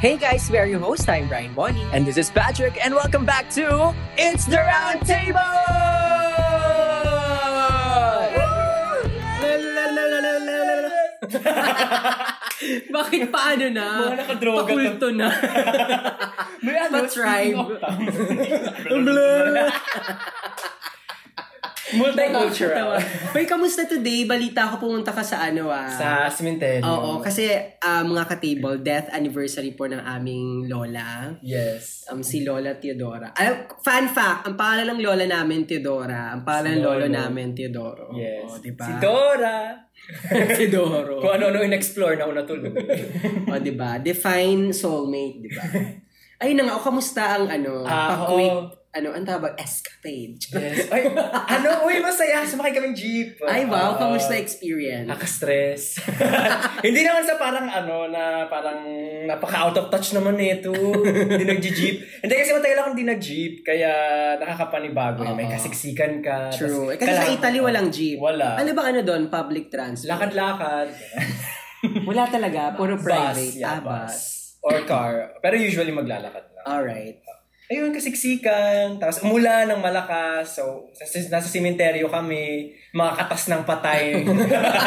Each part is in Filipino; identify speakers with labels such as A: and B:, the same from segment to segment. A: Hey guys, we are your host. I'm Brian Bonnie. And this is Patrick. And welcome back to It's the Round Table!
B: Bakit paano na?
C: Mga nakadroga to.
B: Pakulto na.
A: May ano,
B: Pa-tribe.
C: Multicultural.
B: Tawa. Hoy, kamusta today? Balita ko pumunta ka sa ano ah.
C: Sa cemetery.
B: Oo, kasi ah, mga ka-table, death anniversary po ng aming lola.
C: Yes.
B: Um, si Lola Teodora. Ay, fun fact, ang pangalan ng lola namin, Teodora. Ang pangalan ng
C: Si
B: lolo
C: Lolo.
B: namin, Teodoro.
C: Yes.
B: Oo, diba?
C: Si Dora.
B: si Doro.
C: Kung ano-ano in-explore na ako natulog.
B: o, diba? Define soulmate, diba? Ayun na nga, o, kamusta ang ano,
C: Ah,
B: pa-quick,
C: oo.
B: ano, ang tawag, escapade.
C: yes. Ay, ano? Uy, masaya. Sumakay kaming jeep.
B: Ay, wow,
C: Oo.
B: kamusta experience?
C: Nakastress. Hindi naman sa parang ano na parang napaka out of touch naman eh ito. Hindi nag-jeep. Hindi kasi matagal akong hindi nag-jeep kaya nakakapanibago. eh. May
B: Oo.
C: kasiksikan
B: Ah.
C: ka.
B: True.
C: tas
B: Eh, kasi sa
C: kailangan-
B: Italy, walang jeep.
C: Wala.
B: Ano ba ano doon? Public transport?
C: Lakad-lakad.
B: Wala talaga. Puro private.
C: bus.
B: ah,
C: Yeah,
B: bus.
C: bus. Or car. Pero usually maglalakad lang.
B: Alright.
C: Ayun, kasiksikan. Tapos umulan ng malakas. So, nasa, nasa simenteryo kami. Mga katas ng patay.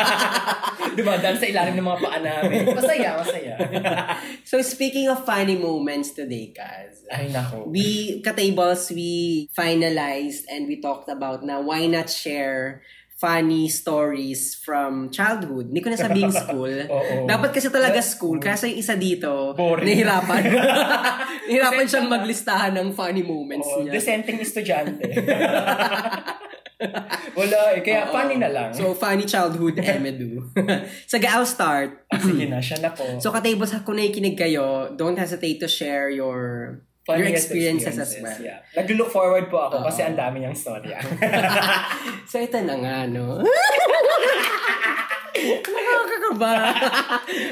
C: Dumadaan sa ilalim ng mga paa namin. Masaya, masaya.
B: So, speaking of funny moments today, Kaz,
C: Ay, nako.
B: we, katables, we finalized and we talked about na why not share funny stories from childhood. Hindi ko na sabihing school.
C: Oo.
B: Dapat kasi talaga school. Kasi yung isa dito,
C: Boring.
B: nahirapan. nahirapan siyang maglistahan ng funny moments
C: Oh,
B: niya.
C: dissenting estudyante. Wala eh. Kaya
B: Oo.
C: funny na lang.
B: So, funny childhood, Emedu. Sige, I'll start.
C: Sige na, siya na po.
B: So, katables, kung nakikinig kayo, don't hesitate to share your your
C: Funniest
B: experiences, as well.
C: Yeah. Nag-look forward po ako kasi ang dami niyang story.
B: So, ito na nga, no? Nakakakaba.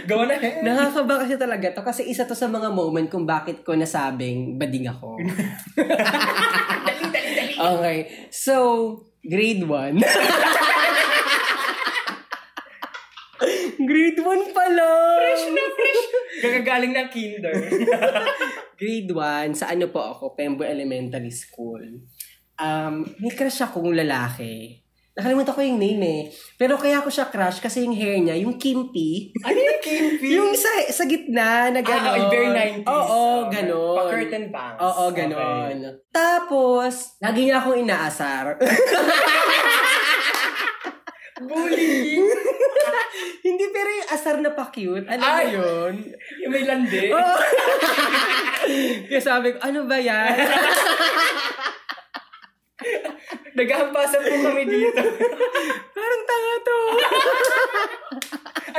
C: Go na eh.
B: Nakakaba kasi talaga to kasi isa to sa mga moment kung bakit ko nasabing bading ako.
C: Dali, dali, dali.
B: Okay. So, grade 1. grade 1 pala. Fresh na
C: Gagagaling ng kinder.
B: grade 1, sa ano po ako, Pembo Elementary School. Um, may crush akong lalaki. Nakalimutan ko yung name eh. Pero kaya ko siya crush kasi yung hair niya, yung kimpi.
C: ano yung kimpi?
B: Yung sa, sa gitna na
C: Ah,
B: gano'n.
C: oh, very 90s.
B: Oo,
C: Okay.
B: gano'n.
C: Pa-curtain bangs.
B: Oo, gano'n. Tapos, lagi niya akong inaasar.
C: Bullying.
B: Hindi, pero yung asar na pa-cute. Ano ba
C: Ay!
B: yun?
C: yung may landi.
B: Oo. Kaya sabi ko, ano ba yan?
C: Naghahampasan po kami dito.
B: Parang tanga to.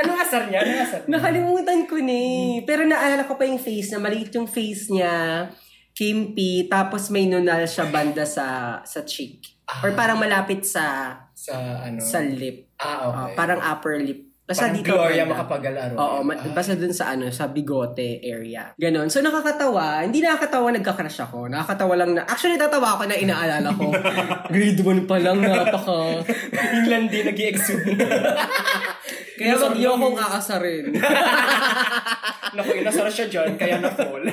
C: Anong asar niya? Anong asar niya?
B: Nakalimutan ko ni. Pero naalala ko pa yung face na maliit yung face niya. Kimpi, tapos may nunal siya banda sa sa cheek. Or
C: Ah.
B: parang malapit sa
C: Sa ano?
B: sa lip.
C: Ah, okay.
B: Oh, parang upper lip. Basta
C: Parang
B: dito.
C: Gloria Ah.
B: banda.
C: makapagalaro.
B: Oo, ma- basta dun sa ano, sa bigote area. Ganon. So nakakatawa, hindi nakakatawa nagka-crush ako. Nakakatawa lang na, actually tatawa ako na inaalala ko. Grade 1 pa lang, napaka.
C: yung landi nag exude
B: Kaya wag niyo akong aasarin.
C: Naku, inasar siya dyan, kaya na-fall.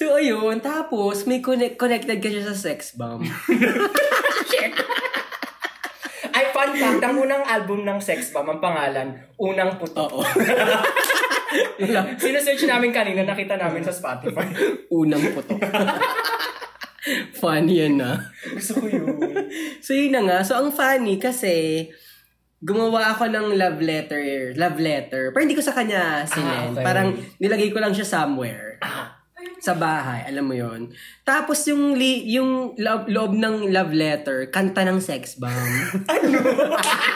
B: So, ayun. Tapos, may connect, connected ka siya sa sex bomb.
C: Ay, fun fact, ang unang album ng Sex Bomb, ang pangalan, Unang Puto.
B: Oo.
C: Sinesearch namin kanina, nakita namin sa Spotify.
B: Unang putok. funny yan na.
C: Gusto ko yun.
B: So, yun na nga. So, ang funny kasi gumawa ako ng love letter. Love letter. Pero hindi ko sa kanya sinend.
C: Ah, okay.
B: Parang nilagay ko lang siya somewhere. sa bahay, alam mo yon. Tapos yung li- yung loob, loob ng love letter, kanta ng sex bomb. ano?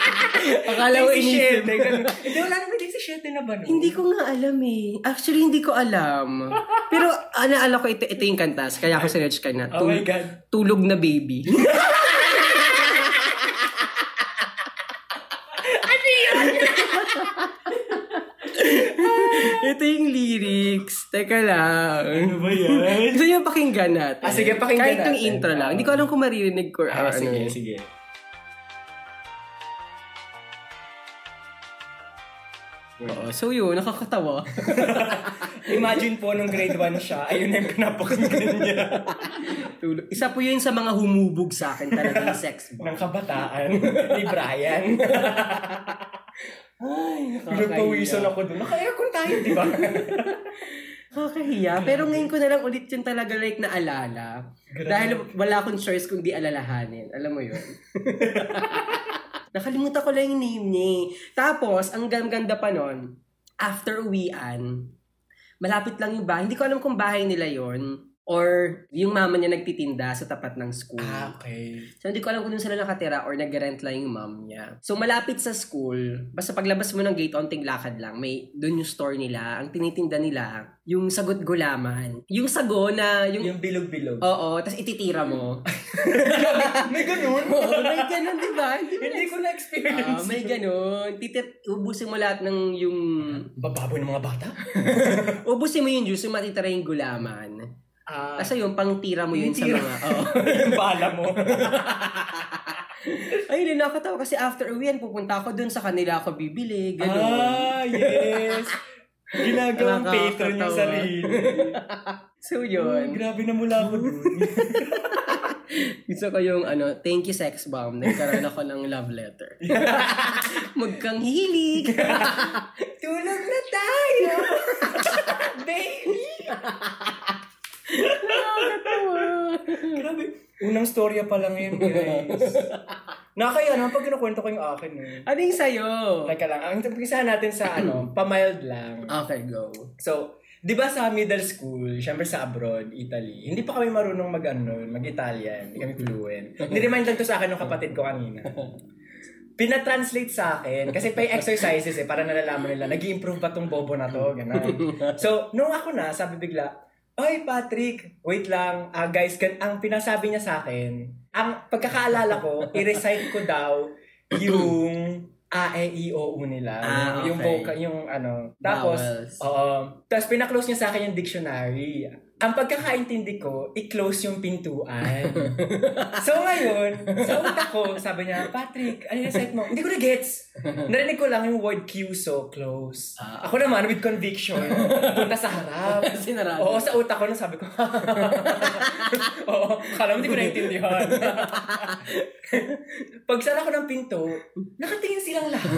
B: Akala ko
C: Dixie
B: inisip
C: Shete, ganun. Hindi, wala naman Dixie Shete na ba? No?
B: Hindi ko nga alam eh. Actually, hindi ko alam. Pero ah, naalala ko, ito, ito yung kantas. Kaya ako sinerch ka na.
C: Oh my God.
B: Tulog na baby.
C: Ano
B: ito yung lyrics. Teka lang.
C: Ano ba yan?
B: Gusto niyo pakinggan natin?
C: Ah, sige, pakinggan
B: Kahit yung
C: natin.
B: intro lang.
C: Ah.
B: Hindi ko alam kung maririnig ko. or
C: Ah,
B: ano
C: sige,
B: eh.
C: sige.
B: Oo, so yun, nakakatawa.
C: Imagine po nung grade 1 siya, ayun na yung pinapakinggan niya
B: Tulog. Isa po yun sa mga humubog sa akin talaga yung sex bomb.
C: ng kabataan ni Brian. Ay, nagpawisan ako dun. Naka-aircon tayo, di ba?
B: Nakakahiya. Pero ngayon ko na lang ulit yun talaga like naalala.
C: Grabe.
B: Dahil wala akong choice kung di alalahanin. Alam mo yun. Nakalimutan ko lang yung name niya. eh. Tapos, ang ganda pa nun, after uwian, malapit lang yung bahay. Hindi ko alam kung bahay nila yon or yung mama niya nagtitinda sa tapat ng school.
C: Ah, okay.
B: So, hindi ko alam kung doon sila nakatira or nag-rent lang yung mom niya. So, malapit sa school, basta paglabas mo ng gate, onting lakad lang, may doon yung store nila. Ang tinitinda nila, yung sagot gulaman. Yung sago na, yung,
C: Yung bilog-bilog.
B: oo, tapos ititira mo.
C: Ah, May ganun?
B: oo, Mm. may ganun, di ba? Hindi mo
C: Hindi ko
B: na-
C: na-experience.
B: Oo, may ganun. Titit, ubusin mo lahat ng yung...
C: Bababoy ng mga bata?
B: Ubusin mo yung juice, yung matitira yung gulaman.
C: Ah,
B: Tapos yung pangtira mo yun sa
C: Tira.
B: mga... Oo.
C: yung bala mo.
B: Ay, nakakatawa kasi after uwian, pupunta ako doon sa kanila ako bibili, ganun.
C: Ah, yes. Ginagawang
B: Nakakatawa.
C: patron yung sarili.
B: So yun.
C: Grabe na mula ako dun.
B: Gusto ko yung ano, thank you sex bomb. Nagkaroon ako ng love letter. Magkang hilig.
C: Tulog na tayo! Baby! Grabe. Unang storya pa lang yun, guys. Nakakaya naman pag kinukwento ko yung akin eh.
B: ano yung sayo?
C: Teka lang, ang pagkisahan natin sa ano, pamild lang.
B: Okay, go.
C: So, 'di ba sa middle school, syempre sa abroad, Italy, hindi pa kami marunong mag ano, mag-Italian, hindi kami fluent. Ni-remind lang to sa akin ng kapatid ko kanina. Pina-translate sa akin kasi pay exercises eh para nalalaman nila nag-improve pa tong bobo na to, ganun. So, nung ako na, sabi bigla, Oy, Patrick, wait lang. Ah, guys, gan- ang pinasabi niya sa akin, ang pagkakaalala ko, i-recite ko daw yung A, E, I, O, U nila.
B: Ah,
C: Yung
B: okay.
C: vocal, yung ano. Tapos,
B: Vowels.
C: Oo. Tapos pinaklose niya sa akin yung dictionary. Ang pagkakaintindi ko, i-close yung pintuan. so ngayon, sa utak ko, sabi niya, Patrick, ano yung site mo? Hindi ko na gets. Narinig ko lang yung word Q, so close.
B: Ah.
C: Ako naman, with conviction, punta sa harap.
B: Sinarado.
C: Oo, sa utak ko nung sabi ko, oo, kala mo hindi ko naintindihan. Pagsara ko ng pinto, nakatingin silang lahat.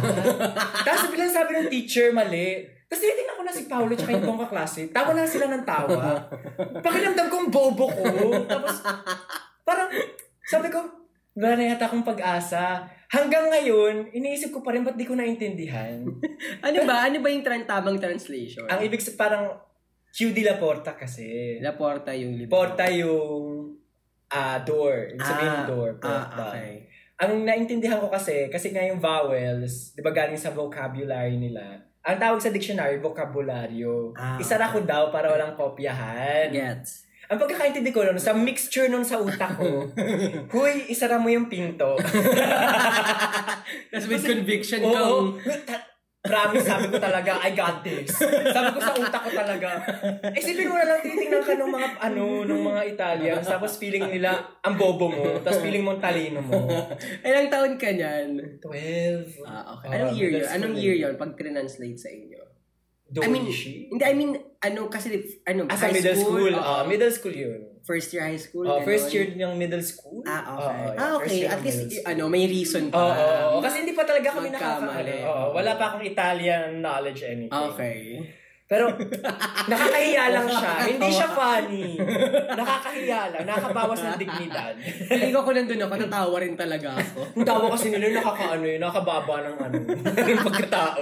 C: Tapos biglang sabi ng teacher, mali. Tapos tinitingnan ko na si Paolo tsaka yung kong kaklase. Tawa na sila ng tawa. Pakiramdam kong bobo ko. Tapos parang sabi ko, wala na yata akong pag-asa. Hanggang ngayon, iniisip ko pa rin ba't di ko naintindihan.
B: Ano ba? Ano ba yung tran- tamang translation?
C: Ang ibig sa parang Q de la Porta kasi.
B: La porta yung libro.
C: Porta yung ah, door. Ibig sabihin
B: Ah,
C: door. Porta.
B: Ah, okay.
C: Ang naintindihan ko kasi, kasi nga yung vowels, di ba galing sa vocabulary nila. Ang tawag sa dictionary, vokabularyo.
B: Ah,
C: Isara ko daw para walang kopyahan.
B: Gets.
C: Ang pagkakaintindi ko nun, sa mixture nun sa utak ko, huy, isara mo yung pinto.
B: Tapos with conviction
C: Oo.
B: kong,
C: Ta- Promise, sabi ko talaga, I got this. Sabi ko sa utak ko talaga. Isipin mo na lang, titingnan ka ng mga, ano, ng mga Italians, tapos feeling nila, ang bobo mo, tapos feeling mo ang talino mo.
B: ilang taon ka niyan?
C: 12.
B: Ah, okay. Anong year yun? Anong year yun pag translate sa inyo? I mean, hindi, I mean, ano, kasi, ano,
C: As a middle school. ah,
B: oo.
C: middle school yun.
B: first year high Uh-huh. school.
C: Ah, first
B: ganun.
C: year ng middle school.
B: Ah, okay.
C: Oo, yeah,
B: ah,
C: first
B: okay.
C: year ng
B: At least,
C: middle school.
B: ano, may reason pa.
C: Oo, oo, oo. kasi hindi pa talaga kami
B: Magkamali.
C: nakakaano. Oo, wala pa akong Italian knowledge anything.
B: Ah, Okay.
C: Pero nakakahiya lang siya. Hindi siya funny. Nakakahiya lang. Nakabawas ng dignidad.
B: Feeling ko kung nandun ako, natawa rin talaga ako.
C: Ang tawa kasi nila yung nakakaano yun, nakababa ng ano, ng pagkatao.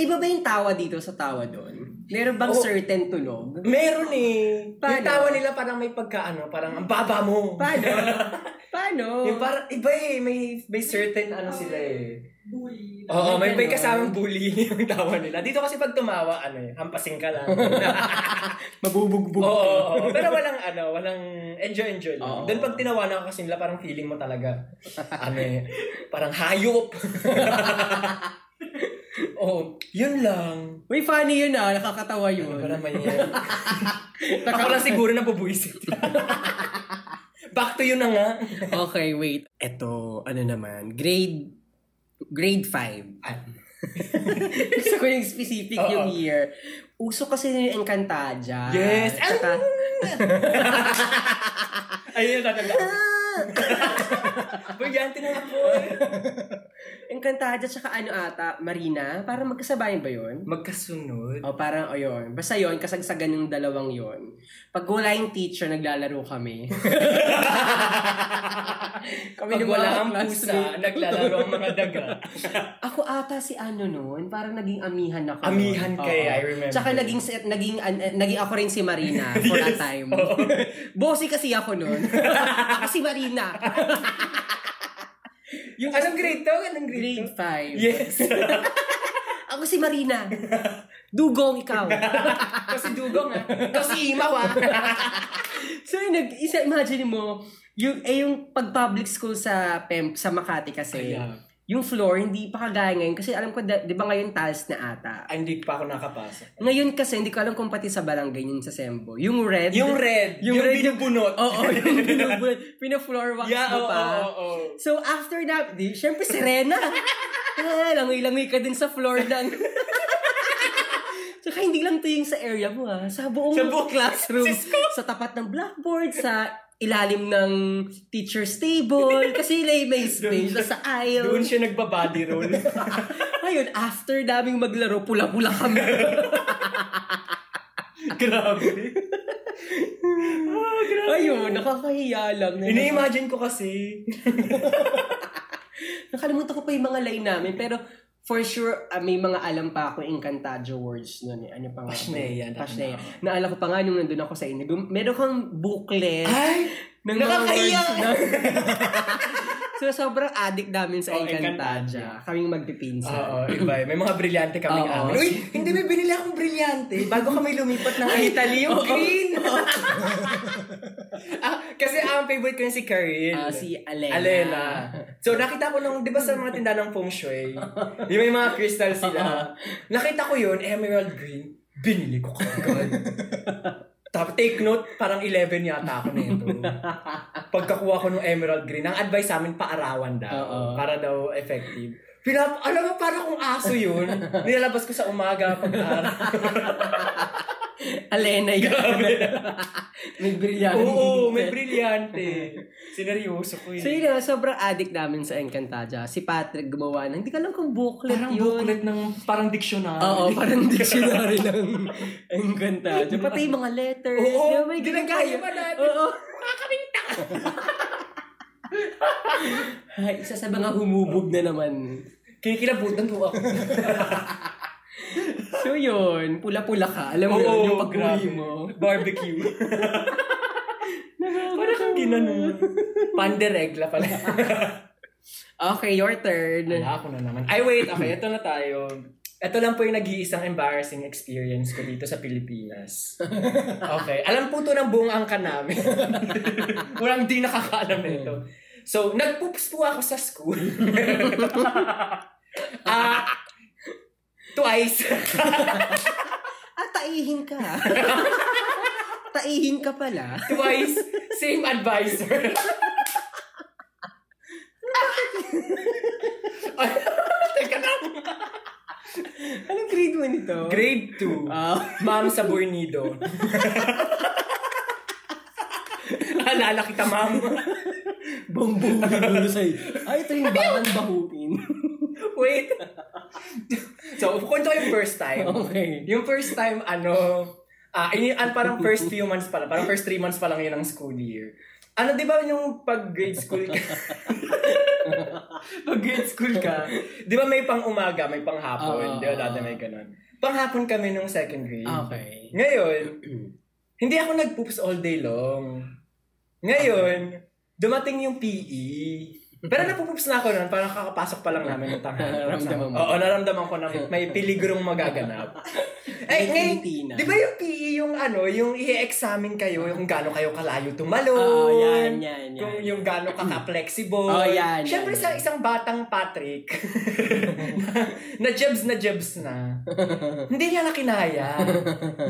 B: Iba ba yung tawa dito sa tawa doon? Meron bang
C: Oo.
B: certain tunog?
C: Meron eh. Yung
B: Paano?
C: tawa nila parang may pagkaano, parang ang baba mo.
B: Paano? Paano?
C: Yung parang iba eh, may, may certain ano sila eh. Bully. Oo, may, may
B: Ganun.
C: kasamang bully yung tawa nila. Dito kasi pag tumawa, ano eh, hampasin ka lang.
B: Mabubugbog.
C: Oo, oo, oo. pero walang ano, walang enjoy-enjoy lang.
B: Oo.
C: Doon pag tinawanan ka kasi nila, parang feeling mo talaga, ano eh, parang hayop. Oo, yun lang.
B: Uy, funny yun ah. Nakakatawa yun.
C: Ano ba naman yan? Ako lang siguro na pabuisit. Back to yun na nga.
B: okay, wait. Eto, ano naman. Grade, grade 5. Gusto ko yung specific
C: Oo.
B: yung year. Uso kasi yung Encantadia.
C: Yes.
B: Tsaka,
C: Ayun, tatanda. Brilyante na ako.
B: Encantadia tsaka ano ata, Marina. Parang magkasabay ba yun?
C: Magkasunod.
B: O parang, o yun. Basta yun, kasagsagan yung dalawang yun. Pag wala yung teacher, naglalaro kami. kami
C: Pag
B: yung
C: wala
B: mga
C: ang pusa,
B: classmate.
C: naglalaro ang mga daga.
B: Ako ata si ano noon, parang naging amihan ako. nun.
C: Amihan
B: Oo.
C: kay, I remember.
B: Tsaka naging, si- naging, an- eh, naging ako rin si Marina for a time. Bossy kasi ako noon. ako si Marina.
C: Yung anong grade to? Anong grade,
B: Grade
C: to?
B: 5.
C: Yes.
B: Ako si Marina. Dugong ikaw.
C: Kasi dugong ah.
B: Kasi imaw ah. so yun, nag, isa, imagine mo, yung, eh, yung pag public school sa Pem, sa Makati kasi,
C: Kaya.
B: yung floor, hindi pa kagaya ngayon. Kasi alam ko, da- di ba ngayon tiles na ata?
C: Ay, Ah, hindi pa ako nakapasok.
B: Ngayon kasi, hindi ko alam kung pati sa barangay yun sa Sembo. Yung red.
C: Yung red.
B: Yung
C: Yung,
B: red yung-
C: binubunot.
B: Oo, yung pinubul- pina-floor wax
C: Yeah,
B: mo
C: oo,
B: pa.
C: oo, oo.
B: So, after that, di, syempre sirena. ah, langoy-langoy ka din sa floor lang. Tsaka hindi lang to yung sa area mo ha. Sa buong
C: Sa buong
B: classroom. sa tapat ng blackboard, sa ilalim ng teacher's table. Kasi may, may space na sa aisle.
C: Doon siya nagbabody roll.
B: Ayun, after daming maglaro, pula-pula kami.
C: Grabe. Ah, grabe.
B: Ayun, nakakahiya lang. Na
C: Ini-imagine ko kasi.
B: Nakalimutan ko pa yung mga line namin, pero for sure, ah, may mga alam pa ako Encantadio words nun. Eh. Ano pa nga? ba?
C: Pashneya, nakakaalam
B: Pashneya. Naalala ko pa nga nung nandun ako sa inyo. Meron kang booklet.
C: Ay!
B: ng mga
C: Ah, nakakahiya!
B: words so, sobrang addict namin sa
C: Oh,
B: Encantadia. Kaming magpipinsan.
C: Oo, iba. eh. May mga brilyante kaming
B: Oo.
C: amin. Uy, hindi may binili akong brilyante bago kami lumipat ng Italy, yung green. ah, kasi ang favorite ko yun si Karil.
B: Ah, si Alena.
C: Alena. So, nakita ko nung, di ba sa mga tinda ng feng shui, yung may mga crystal sila. Nakita ko yun, emerald green. Binili ko kagad. Tapos take note, parang 11 yata ako nito. Pagkakuha ko ng emerald green, ang advice sa amin paarawan daw.
B: Oo.
C: Para daw effective. Pinap, alam mo, parang kung aso yun. Nilalabas ko sa umaga pag araw.
B: Alena yun. may brilyante.
C: Oo, may brilyante. Sineryoso ko yun.
B: So yun na, sobrang addict namin sa Encantadia. Si Patrick gumawa ng, hindi ka lang kung booklet
C: parang
B: yun.
C: booklet ng parang dictionary.
B: Oo, parang dictionary lang. Ang ganda. Yung Pati yung mga letters.
C: Oo,
B: Di ba may ganun
C: ginagaya
B: tayo?
C: pa natin.
B: Oo. Ay, isa sa mga humubog na naman.
C: Kinikilabutan po ako.
B: So yun, pula-pula ka. Alam mo yun, yung pag-uwi mo.
C: Barbecue. Parang kang ginanong. Panderegla pala.
B: Okay, your turn.
C: Wala ako na naman. Ay, wait. Okay, ito na tayo. Ito lang po yung nag-iisang embarrassing experience ko dito sa Pilipinas. Okay. Alam po to ng buong angka namin. Walang di nakakaalam nito. So, nagpoops po ako sa school. Ah, twice.
B: Ah, taihin ka. taihin ka pala.
C: Twice, same advisor. Ay, Teka na.
B: Anong grade 1 ito?
C: Grade 2.
B: Ah.
C: Ma'am sa Bornido. Alala kita, ma'am.
B: Bumbong dulo sa'yo. Ay, ito yung batang bahuin.
C: Wait. So, kwento ko yung first time.
B: Okay.
C: Yung first time, ano, ah, ini- ah, parang first few months pa lang, parang first three months pa lang yun ang school year. Ano, di ba yung pag grade school ka? pag grade school ka, Ah. di ba may pang umaga, may pang hapon,
B: Oo.
C: di ba dati may ganun. Pang hapon kami nung second grade.
B: Okay.
C: Ngayon, hindi ako nag-poops all day long. Ngayon, dumating yung PE. Pero napupoops na ako noon, parang kakapasok pa lang namin ng tanghali.
B: Nararamdaman mo.
C: Oo, nararamdaman ko na may piligrong magaganap.
B: May
C: Ay, ngayon,
B: Pilipinas.
C: di ba yung PE yung ano, yung i-examine kayo, yung gaano kayo kalayo tumalon.
B: Oo, Ah, yan, yan, yan.
C: Kung yung gaano ka ka-flexible.
B: Oo, Oh, yan,
C: Siyempre
B: yan,
C: sa isang batang Patrick, na jebs na jebs na. Hindi niya na kinaya.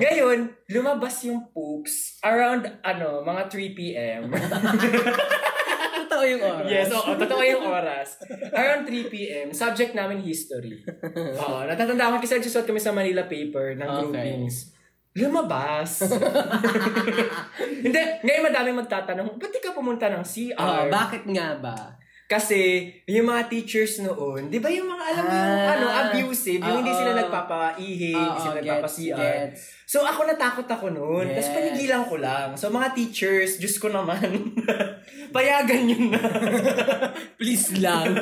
C: Ngayon, lumabas yung poops around, ano, mga 3 p.m.
B: totoo yung oras.
C: Yes, oo. oh, totoo yung oras. Around 3 p.m., subject namin history. Oo, natatanda ko kasi nagsusot kami sa Manila paper ng
B: Okay.
C: groupings. Lumabas. Hindi, ngayon madami magtatanong, ba't di ka pumunta ng CR?
B: Oo, bakit nga Ah, ba?
C: Kasi yung mga teachers noon, di ba yung mga alam mo yung
B: Ah.
C: ano, abusive, yung hindi sila
B: Oo.
C: nagpapaihi, hindi sila nagpapa-CR.
B: gets.
C: So ako natakot ako noon.
B: Yes.
C: Tapos panigilan ko lang. So mga teachers, Diyos ko naman, payagan yun na.
B: Please lang.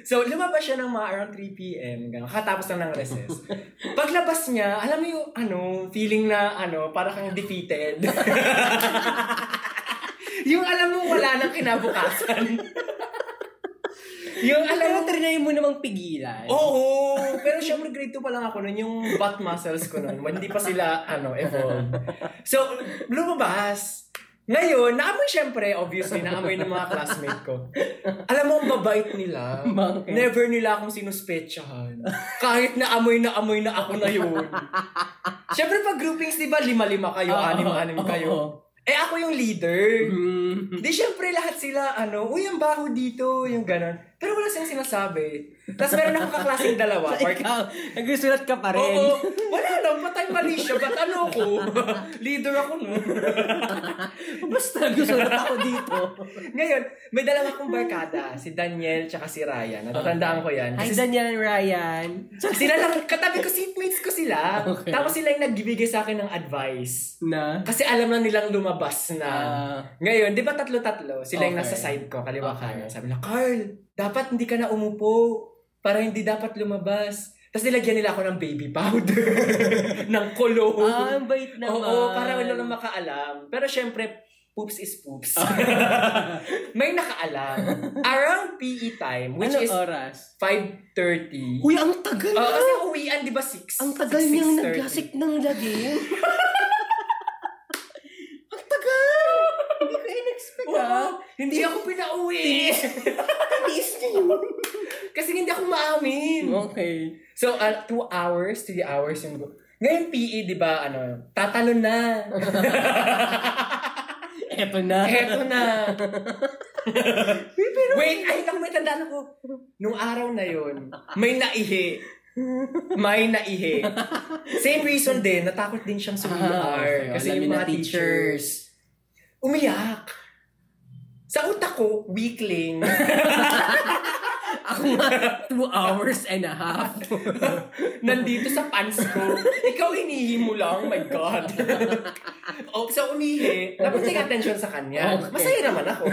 C: so lumabas siya ng mga around 3 p.m. Ganun, katapos lang ng recess. Paglabas niya, alam mo yung ano, feeling na ano, para kang defeated. yung alam mo wala nang kinabukasan. yung alam mo,
B: Pero trinay mo namang pigilan.
C: Oo! Pero syempre grade 2 pa lang ako nun, yung butt muscles ko nun, hindi pa sila, ano, evolve. So, lumabas. Ngayon, naamoy syempre, obviously, naamoy ng mga classmate ko. Alam mo, ang babait nila.
B: Bakit?
C: Never nila akong sinuspetsahan. Kahit naamoy na amoy na ako na yun. Syempre, pag groupings, di ba, lima-lima kayo,
B: Oo,
C: anim-anim
B: Ah, oo,
C: kayo.
B: oo.
C: Eh, ako yung leader.
B: Mm.
C: Di syempre lahat sila, ano, uy, ang baho dito, yung ganon. Pero wala silang sinasabi. Tapos meron akong kaklaseng dalawa.
B: So,
C: or-
B: ikaw, nagsusulat ka pa rin.
C: Oo, wala lang, patay mali siya. Ba't ano ako? Leader ako nun.
B: Basta nagsusulat ako dito.
C: Ngayon, may dalawa akong barkada. Si Daniel tsaka si Ryan. Natatandaan ko yan.
B: Hi,
C: Kasi
B: Daniel and Ryan.
C: sila lang, katabi ko, seatmates ko sila.
B: Okay.
C: Tapos sila yung nagbibigay sa akin ng advice.
B: Na?
C: Kasi alam na nilang lumabas na.
B: Ah.
C: Ngayon, di ba tatlo-tatlo? Sila yung
B: Okay.
C: nasa side ko, kaliwa
B: Okay.
C: kanan. Sabi nila, Carl, dapat hindi ka na umupo para hindi dapat lumabas. Tapos nilagyan nila ako ng baby powder, ng cologne.
B: Ah, ang bait naman.
C: Oo, para wala nang makaalam. Pero syempre, poops is poops. May nakaalam. Around PE time, which
B: Anong
C: is
B: oras?
C: 5.30.
B: Ano Uy, ang tagal
C: Oo,
B: na.
C: kasi uwian, di ba, 6?
B: ang tagal niyang nagkasik ng lagim. ang tagal! Hindi ko in-expect ah.
C: Oo, hindi ako pinauwi.
B: Tiis niya yun.
C: kasi hindi ako maamin.
B: Okay.
C: So, uh, two hours, three hours yung... Ngayon, PE, di ba, ano, tatalo na.
B: Eto na.
C: Eto na. Wait, ay, naku, may tandaan ako. Nung araw na yun, may naihi. May naihi. Same reason din, natakot din siyang sumiyar.
B: Ah, okay.
C: Kasi
B: Alam
C: yung
B: niya
C: mga
B: na teachers.
C: teachers, umiyak. Sa utak ko, weakling.
B: Ako nga, two hours and a half.
C: nandito sa pants ko. Ikaw inihi mo lang, my God. o, so umihi, dapat yung attention sa kanya.
B: Okay.
C: Masaya naman ako.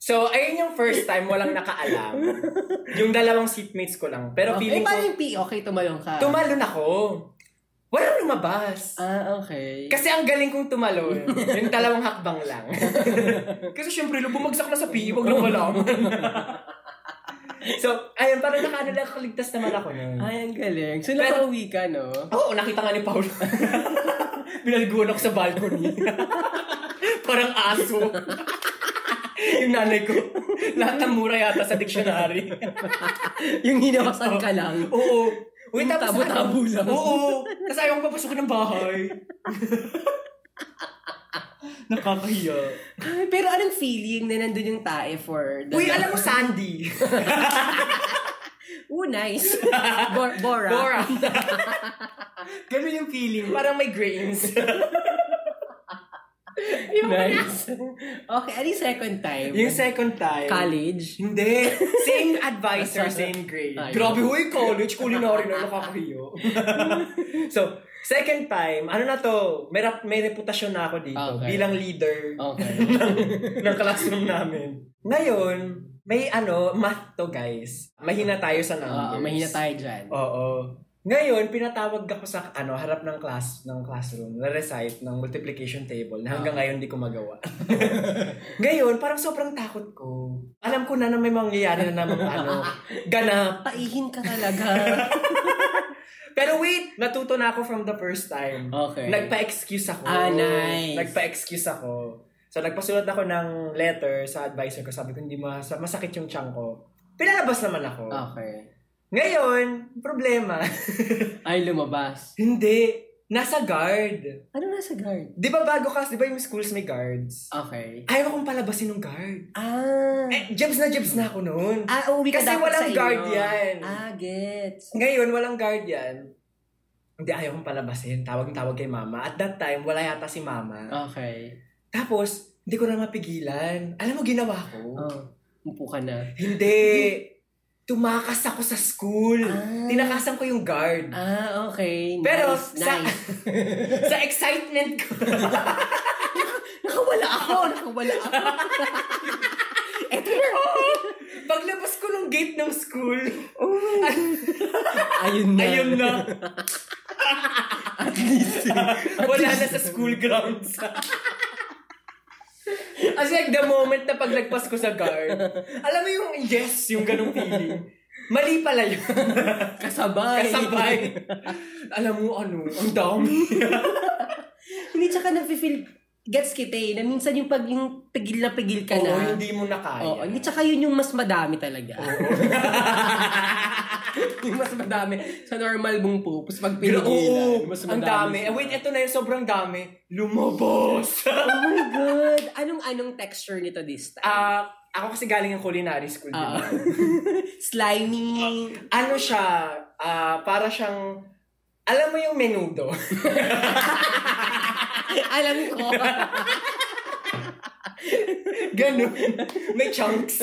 C: so, ayun yung first time walang nakaalam. Yung dalawang seatmates ko lang. Pero
B: Okay,
C: feeling
B: paano
C: ko,
B: yung PE? Okay, tumalong ka.
C: tumalon ako. Walang lumabas.
B: Ah, okay.
C: Kasi ang galing kong tumalon. yung dalawang hakbang lang. Kasi syempre, lo, bumagsak na sa E, PE, wag lang alam. so, ayun, parang nakaano lang, kaligtas naman ako nun.
B: Ay, ang galing. So,
C: Pero-
B: nakauwi ka, no?
C: Oo, nakita nga ni Paolo. Binaliguan ako sa balcony. Parang aso. yung nanay ko. Lahat ng mura yata sa dictionary.
B: Yung hinawasan ka lang.
C: Oo. Uy,
B: Yung
C: tapos
B: tabo-tabo
C: ayaw-
B: lang.
C: Oo. Tapos ayaw kong papasok ng bahay. Nakakahiya.
B: Ay, Pero anong feeling na nandun yung tae for the...
C: Uy, alam mo, Sandy.
B: Oh, nice. Bor- Bora.
C: Bora. Ganun yung feeling. Parang may grains.
B: Nice. Okay, ano yung second time?
C: yung second time.
B: College?
C: Hindi. Same advisor, same grade.
B: Ay.
C: Grabe, huy, college, culinary na nakakahiyo. so, second time, ano na to, may, rap- may reputasyon na ako dito
B: Okay. Oh.
C: bilang leader
B: Okay.
C: ng classroom namin. Ngayon, may ano, math to guys. Mahina tayo sa numbers.
B: Oo, Ah, mahina tayo dyan.
C: Oo. Ngayon, pinatawag ako sa ano, harap ng class ng classroom, na-recite ng multiplication table na
B: Ah.
C: hanggang ngayon di ko magawa. ngayon, parang sobrang takot ko. Alam ko na na may mangyayari na namang ano, ganap.
B: Paihin ka talaga.
C: Pero wait, natuto na ako from the first time.
B: Okay.
C: Nagpa-excuse ako.
B: Ah, nice.
C: Nagpa-excuse ako. So, nagpasulat ako ng letter sa advisor ko. Sabi ko, hindi mas- masakit yung chunk ko. Pinalabas naman ako.
B: okay.
C: Ngayon, problema.
B: Ay, lumabas.
C: Hindi. Nasa guard.
B: Ano nasa guard?
C: Di ba bago ka, di ba yung schools may guards?
B: Okay.
C: Ayaw akong palabasin ng guard.
B: Ah.
C: Eh, jebs na jebs na ako noon.
B: Ah, uuwi ka
C: Kasi
B: dapat
C: walang
B: sa inyo.
C: guardian.
B: Ah, gets.
C: Ngayon, walang guardian. Hindi, ayaw kong palabasin. Tawag ng tawag kay mama. At that time, wala yata si mama.
B: Okay.
C: Tapos, hindi ko na mapigilan. Alam mo, ginawa ko.
B: Oh, upo ka na.
C: Hindi. Tumakas ako sa school.
B: Ah.
C: Tinakasan ko yung guard.
B: Ah, okay.
C: Pero,
B: nice,
C: sa,
B: nice.
C: sa excitement ko.
B: Nakawala ako, nakawala ako. Eto na.
C: Paglabas ko ng gate ng school,
B: Ayun na.
C: ayun na.
B: At least. eh.
C: Wala na sa school grounds. As like the moment na paglagpas ko sa guard, alam mo yung yes, yung ganong feeling. Mali pala yun.
B: Kasabay.
C: Kasabay. alam mo ano, ang dami.
B: Hindi, tsaka nafe-feel, gets kita eh, na minsan yung pag yung pigil na pigil ka
C: Oo,
B: na.
C: hindi mo na kaya.
B: Oo, hindi, tsaka yun yung mas madami talaga. yung mas madami sa normal mong pupus pag
C: Pero oo,
B: pinigilan. Mas
C: ang dami. Eh, wait, eto na yun, sobrang dami. Lumabas!
B: Oh my God! Anong-anong texture nito this time?
C: Ah, ako kasi galing ang culinary school. din.
B: Ah. Slimy.
C: ano siya, ah, para siyang, alam mo yung menudo? Ah.
B: Alam ko.
C: Ganun. May chunks.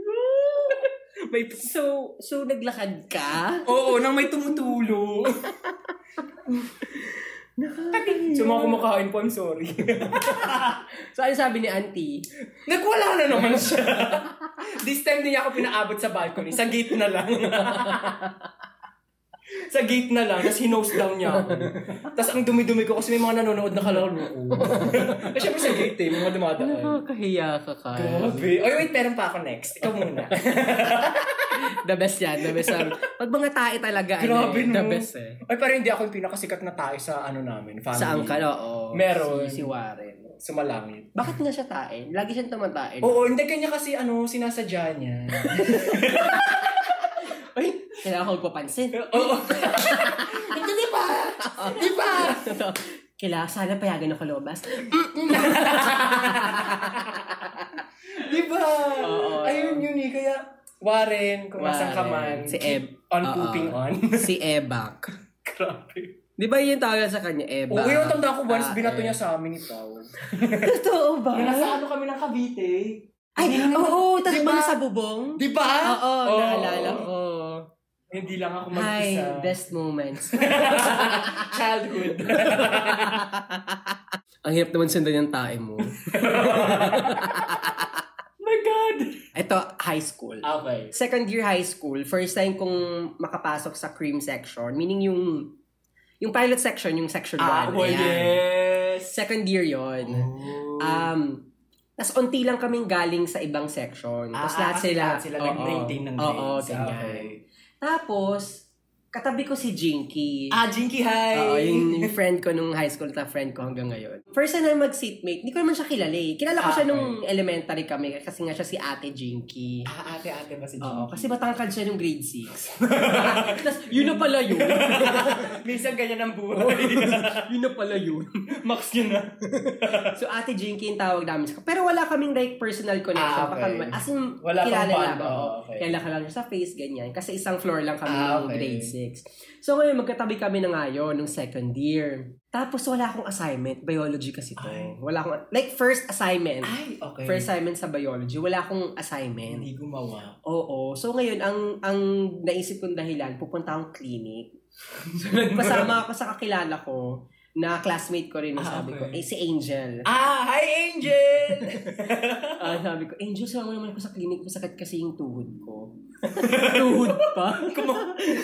C: may Oh.
B: so, so naglakad ka?
C: Oo, nang may tumutulo. so, mga kumakain po, I'm sorry.
B: So, ano sabi ni auntie?
C: Nagwala na naman siya. This time, di niya ako pinaabot sa balcony. Sa gate na lang. sa gate na lang. Tapos, hinose down niya ako. Tapos, ang dumi-dumi ko kasi may mga nanonood na kalaro ko. Kasi syempre sa gate eh, may mga dumadaan.
B: Nakakahiya ka ka.
C: Grabe. Oy, wait, meron pa ako next. Ikaw muna.
B: The best yan. The best. sabi. Pag mga tae talaga, ano,
C: Grabe,
B: eh, the
C: no?
B: best eh.
C: Ay, pero hindi ako yung pinakasikat na tayo sa ano namin, family.
B: Sa angkal, oo.
C: Meron.
B: Si, si Warren.
C: Sumalangit.
B: Bakit nga siya tae? Lagi siyang tumatain.
C: Oo, hindi kanya kasi ano, sinasadya niya.
B: Ay, kailangan ko magpapansin.
C: Oo. Hindi pa! Hindi pa! oh.
B: Totoo. Kailangan, sana payagan ako lumabas.
C: Di ba?
B: Oo.
C: Ayun yun eh, kaya Warren, kung nasan ka man.
B: Warren. Si Eb.
C: On
B: Oo.
C: pooping on.
B: si Ebak.
C: Grabe.
B: Di ba yun tawag sa kanya, Ebak?
C: Oo, yung tanda ko once, binato
B: eh. Ah.
C: niya sa amin ni Paul.
B: Totoo ba?
C: Yung nasa ano kami ng Cavite.
B: Ay, oo, tapos
C: Di
B: diba?
C: ba?
B: sa bubong?
C: Di ba?
B: Oo, naalala ko.
C: Hindi lang
B: Hi,
C: ako mag-isa.
B: best moments.
C: Childhood.
B: Ang hirap naman sundan yung tae mo.
C: my God!
B: Ito, high school.
C: Okay.
B: Second year high school, first time kong makapasok sa cream section. Meaning yung, yung pilot section, yung section 1.
C: Ah, well, yes.
B: Second year yon. Um, tas unti lang kaming galing sa ibang section. Tapos lahat sila,
C: Ah, sila
B: oo,
C: nag-maintain ng
B: Oo,
C: grades.
B: ganyan.
C: Okay.
B: Tapos, katabi ko si Jinky.
C: Ah, Jinky, hi!
B: Oo, yung, yung friend ko nung high school na friend ko hanggang ngayon. First time na mag-seatmate, hindi ko naman siya kilala eh. Kilala ko
C: Ah,
B: siya nung elementary kami kasi nga siya si Ate Jinky.
C: Ah, ate-ate ba si Jinky?
B: Oo, kasi matangkad siya nung grade 6. Tapos, yun na pala yun.
C: Minsan ganyan ang buhay.
B: yun na pala yun.
C: Max yun na.
B: So, Ate Jinky yung tawag namin sa Pero wala kaming like personal connection.
C: Ah,
B: pa
C: okay.
B: kami. As in,
C: Wala kang
B: kilala
C: bond.
B: lang ako.
C: Oo, okay.
B: Kilala ka lang niya sa face, ganyan. Kasi isang floor lang kami
C: Ah,
B: nung
C: okay.
B: grade 6. So, ngayon, magkatabi kami na ngayon nung second year. Tapos, wala akong assignment. Biology kasi to.
C: Ay.
B: Wala akong, like, first assignment.
C: Ay, okay.
B: First assignment sa biology. Wala akong assignment.
C: hindi gumawa.
B: Oo. So, ngayon, ang ang naisip kong dahilan, pupunta akong clinic. So, nagpasama ako sa kakilala ko na classmate ko rin.
C: Ah,
B: sabi ko,
C: okay.
B: eh, si Angel.
C: Ah, hi Angel!
B: Ah, sabi ko, Angel, sama mo naman ako sa clinic, masakit kasi yung tuhod ko. tuhod pa?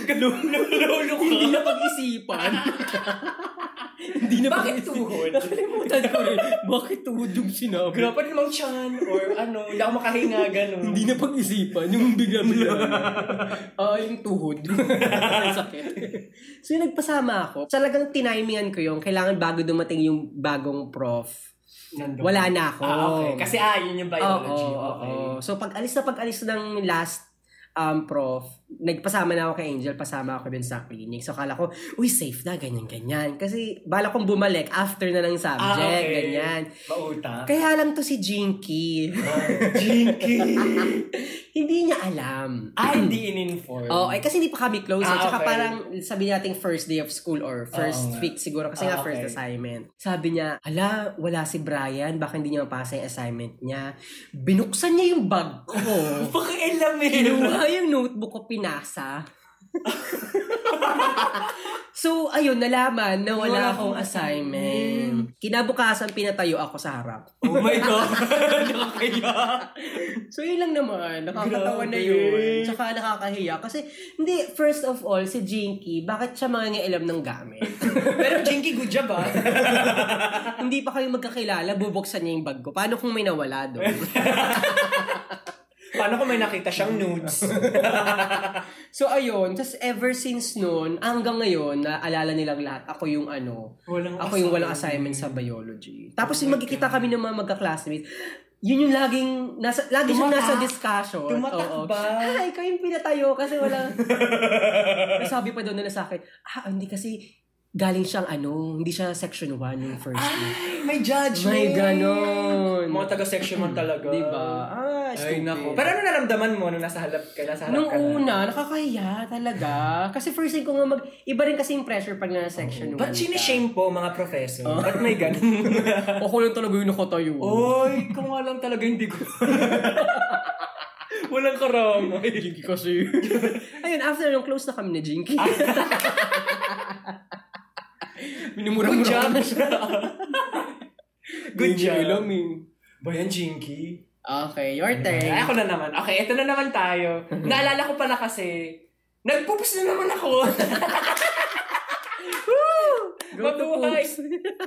C: Lolo
B: Hindi na pag-isipan. Hindi na
C: Bakit
B: pag-isipan.
C: tuhod?
B: Nakalimutan ko rin. Bakit tuhod yung sinabi?
C: Grabe namang chan or ano, hindi ako makahinga ganun.
B: Hindi na pag-isipan yung bigla-bigla. Ah, yung tuhod. Ang sakit. So, yung nagpasama ako, talagang tinimingan ko yung kailangan bago dumating yung bagong prof.
C: Nandun.
B: Wala na ako.
C: Ah, okay. Kasi ah, yun yung
B: Oo,
C: biology.
B: oo,
C: okay.
B: oo. So, pag alis na pag alis ng last um, prof, nagpasama na ako kay Angel, pasama ako dun sa clinic. So, kala ko, uy, safe na, ganyan-ganyan. Kasi, bala kong bumalik after na ng subject, ganyan.
C: Mauta.
B: Kaya alam to si Jinky.
C: Jinky.
B: hindi niya alam.
C: ah, hindi in-inform.
B: Oh, ay kasi hindi pa kami close. eh.
C: Ah,
B: Tsaka
C: okay.
B: parang sabi nating first day of school or first
C: Oo nga.
B: week siguro kasi
C: Ah,
B: nga first
C: okay.
B: assignment. Sabi niya, ala, wala si Brian. Baka hindi niya mapasa yung assignment niya. Binuksan niya yung bag ko.
C: Pakialam eh.
B: Kinuha yung notebook ko, pinasa. so, ayun, nalaman na wala
C: Wala
B: akong
C: akong Mm.
B: assignment. Kinabukasan, pinatayo ako sa harap.
C: Oh my God. Nakakaya.
B: So, yun lang naman. Nakakatawa na
C: Grabe.
B: yun. Tsaka nakakahiya. Kasi, hindi, first of all, si Jinky, bakit siya mangangialam ng gamit?
C: Pero Jinky, good job ah.
B: hindi pa kayo magkakilala, bubuksan niya yung bag ko. Paano kung may nawala doon?
C: Paano kung may nakita siyang nudes?
B: so, ayun. Tapos, ever since noon, hanggang ngayon, naalala nilang lahat, ako yung ano,
C: Walang
B: ako yung walang assignment sa biology. Tapos, yung magkikita kami ng mga magka-classmates, yun yung laging, nasa, lagi siyang
C: Tumatak.
B: nasa discussion.
C: Tumatak
B: Oo.
C: ba?
B: Ah, ikaw yung pinatayo kasi walang... Nasabi pa doon na sa akin, ah, hindi kasi galing siyang ano, hindi siya section 1 yung first
C: Ah,
B: week.
C: May judgment.
B: May ganon.
C: Mga taga-section man talaga.
B: Diba? Ah,
C: Ay,
B: stupid.
C: nako. Pero ano naramdaman mo nung nasa halap ka, nasa halap
B: Nung
C: ka na?
B: una, nakakahiya talaga. Kasi first thing ko nga mag... Iba rin kasi yung pressure pag na section 1.
C: Ba't sinishame po mga professor?
B: Oh.
C: Ba't may ganun?
B: Ako lang talaga yung nakatayo.
C: Oy, kung alam talaga hindi ko. Walang karamay.
B: kasi. Ayun, after nung close na kami ni Jinky.
C: Good
B: Minumura-mura
C: job.
B: ko na siya.
C: Good
B: Hindi
C: job.
B: alam
C: Bayan, Jinky.
B: Okay, your turn.
C: Ay, ako na naman. Okay, ito na naman tayo. Naalala ko pala kasi, nagpupus na naman ako.
B: Go to
C: Mabuhay.
B: poops.